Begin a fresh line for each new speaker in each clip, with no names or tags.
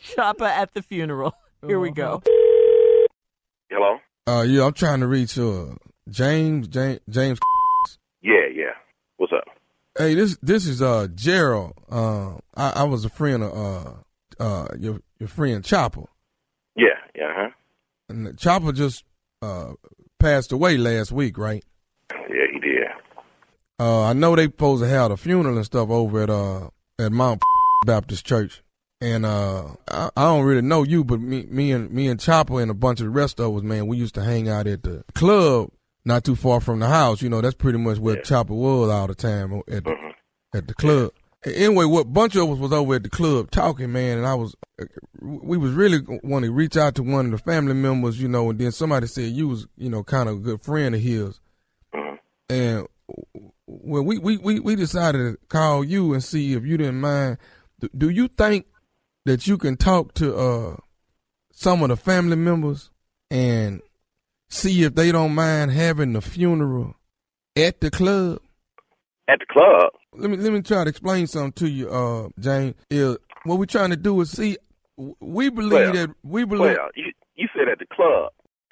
Choppa at the funeral. Here we go.
Hello?
Uh, yeah, I'm trying to reach uh James James James.
Yeah, yeah. What's up?
Hey, this this is uh Gerald. Uh, I, I was a friend of uh uh your your friend Chopper,
Yeah, yeah, huh?
and Chopper just uh passed away last week, right?
Yeah, he did.
Uh, I know they supposed to have a funeral and stuff over at uh at Mount Baptist Church, and uh I, I don't really know you, but me me and me and Chopper and a bunch of the rest of us, man, we used to hang out at the club not too far from the house. You know, that's pretty much where Chopper was all the time at the, at the club. Anyway, what bunch of us was over at the club talking, man, and I was, uh, we was really wanting to reach out to one of the family members, you know, and then somebody said you was, you know, kind of a good friend of his, and well, we, we, we, we decided to call you and see if you didn't mind. Do, do you think that you can talk to uh, some of the family members and see if they don't mind having the funeral at the club?
At the club?
Let me let me try to explain something to you, uh, Jane. Is what we're trying to do is see. w- We believe
Well,
that we believe.
Well, you, you said at the club.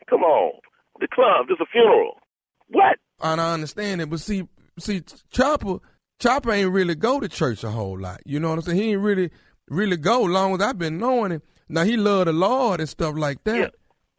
Come on. The club, there's a funeral. What?
and I understand it, but see, see, Chopper, Chopper ain't really go to church a whole lot. You know what I'm saying? He ain't really, really go. Long as I've been knowing him, now he love the Lord and stuff like that.
Yeah.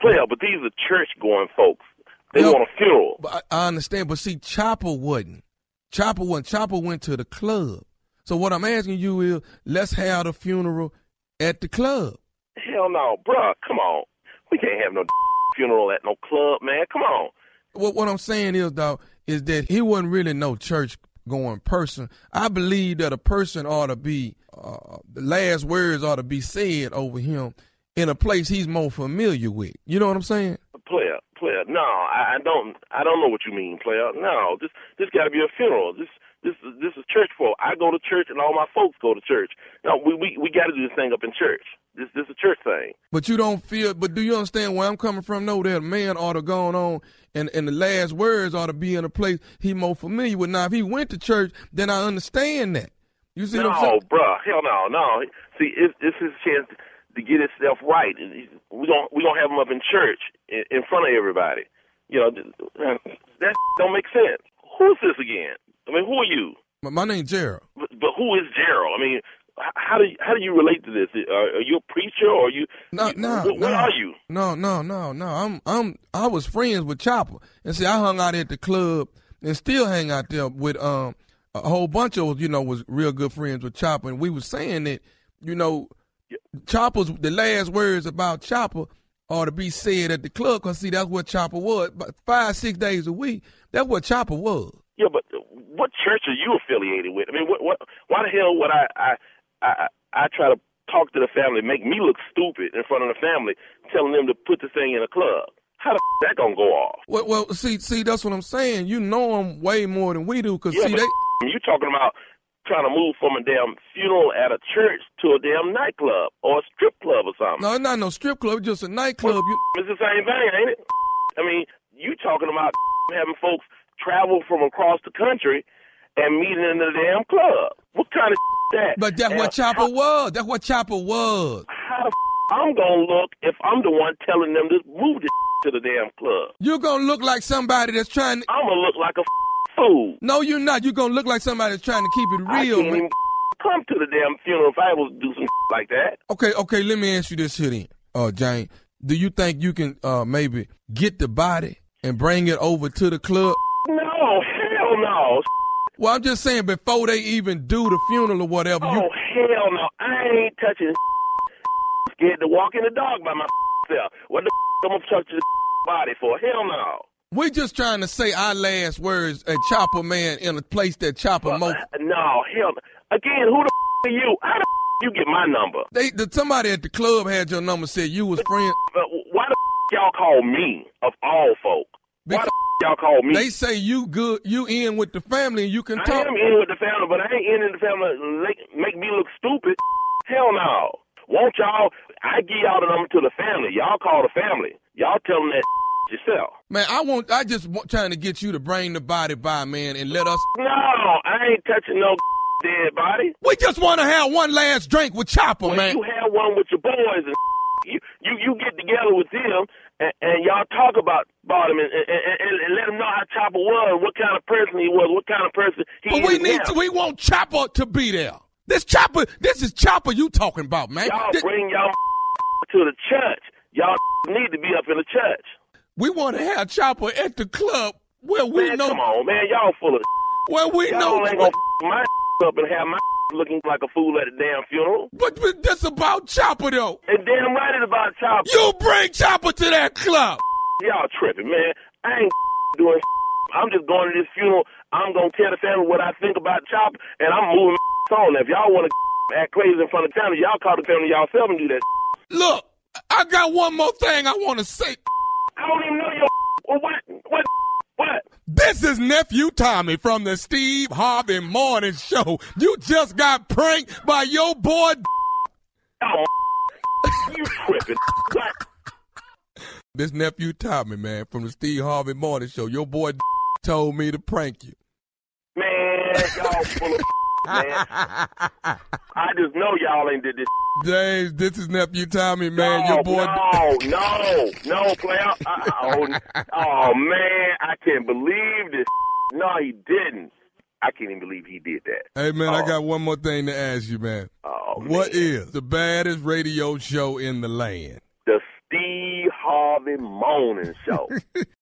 Player, but these are church going folks. They
Yeah.
want a funeral.
But I, I understand, but see, Chopper wasn't. Chopper wasn't. Chopper went to the club. So what I'm asking you is, let's have the funeral at the club.
Hell no, bruh. Come on. We can't have no funeral at no club, man. Come on.
What what I'm saying is, dog, is that he wasn't really no church going person. I believe that a person ought to be uh, the last words ought to be said over him in a place he's more familiar with. You know what I'm saying?
Player, player. No, I, I don't. I don't know what you mean, player. No, this this got to be a funeral. This this is- this is church folk. I go to church, and all my folks go to church. No, we we we got to do this thing up in church. This this is a church thing.
But you don't feel. But do you understand where I'm coming from? No, that a man ought to gone on, and and the last words ought to be in a place he more familiar with. Now, if he went to church, then I understand that. You see
no,
what I'm saying?
bruh. Hell no, no. See, it's it's his chance to get himself right. And he- We don't we don't have him up in church in, in front of everybody. You know th- that don't make sense. Who's this again? I mean, who are you?
My, my name Gerald.
But, but who is Gerald? I mean, h- how do you, how do you relate to this? Uh, Are, are you a preacher or are you?
No,
you-
no,
wh- What,
no.
are you?
No, no, no, no. I'm, I'm, I was friends with Chopper, and see, I hung out at the club and still hang out there with um a whole bunch of us, you know was real good friends with Chopper, and we was saying that you know Chopper's the last words about Chopper are to be said at the club, cause see that's what Chopper was, but five six days a week. That's what Chopper was.
Yeah, but what church are you affiliated with? I mean, what what? Why the hell would I I I, I try to talk to the family, make me look stupid in front of the family, telling them to put the thing in a club? How the f- that gonna go off?
Well, well, see, see, that's what I'm saying. You know him way more than we do, cause
Yeah,
see
but
they.
you talking about trying to move from a damn funeral at a church to a damn nightclub or a strip club or something?
No, it's not no strip club. It's just a nightclub. You,
It's the same thing, ain't it? I mean, you talking about having folks travel from across the country and meeting in the damn club. What kind of is that?
but that's
And
what Chopper was. That's what Chopper was.
How the I'm going to look if I'm the one telling them to move this to the damn club.
You're gonna look like somebody that's trying. To,
I'm going to look like a fool.
no, you're not. You're gonna look like somebody that's trying to keep it
I
real.
can't
Man.
even come to the damn funeral if I was to do some like that.
Okay, okay. Let me ask you this here, then, uh, Jane. Do you think you can uh maybe get the body and bring it over to the club?
No, hell no.
Well, I'm just saying before they even do the funeral or whatever.
Oh
You,
hell no! I ain't touching. Scared to walk in the dog by myself. What the I'm gonna touch the body for? Hell no!
we're just trying to say our last words at Chopper Man in a place that Chopper
Uh,
most.
No hell. No. Again, who the are you? How the you get my number?
They, the, somebody at the club had your number. Said you was friend.
Uh, Why the y'all call me of all folk? Why
Because
the y'all call me?
they say you good. You in with the family and you can
I
talk.
am in with the family, but I ain't in the family. Make, make me look stupid. Hell no. Won't y'all? I give y'all the number to the family. Y'all call the family. Y'all tell them that yourself.
Man, I want. I just want, trying to get you to bring the body by, man, and let us.
No, I ain't touching no dead body.
We just want to have one last drink with Chopper,
When
Oh, man.
you have one with your boys and you you, you get together with them and, and y'all talk about about him and, and, and, and let them know how Chopper was, what kind of person he was, what kind of person he
But
is
we need
now.
to, we want Chopper to be there. This Chopper, this is Chopper you talking about, man.
y'all
Th-
bring y'all to the church. Y'all need to be up in the church.
we want to have Chopper at the club where we
Man,
know
come on, man, y'all full of
where we
y'all
know
ain't gonna my up and have my looking like a fool at a damn funeral.
but, but this about Chopper though.
And damn right it's about Chopper.
You bring Chopper to that club.
Y'all tripping, man. I ain't doing. I'm just going to this funeral. I'm gonna tell the family what I think about Chopper, and I'm moving on. If y'all want to act crazy in front of the family, y'all call the family y'allself and do that.
Look, I got one more thing I want to say.
I don't even know your. What? What? What?
This is nephew Tommy from the Steve Harvey Morning Show. You just got pranked by your boy.
Oh, you tripping? What?
This nephew Tommy, man, from the Steve Harvey Morning Show. Your boy told me to prank you.
Man, y'all full of man. I just know y'all ain't did this.
James, this is nephew Tommy, man. your boy.
Oh, No, no, no, player. Uh, oh, oh, man, I can't believe this. No, he didn't. I can't even believe he did that.
Hey, man, I got one more thing to ask you, man.
Oh,
What
man.
is the baddest radio show in the land?
the Steve Harvey Morning Show?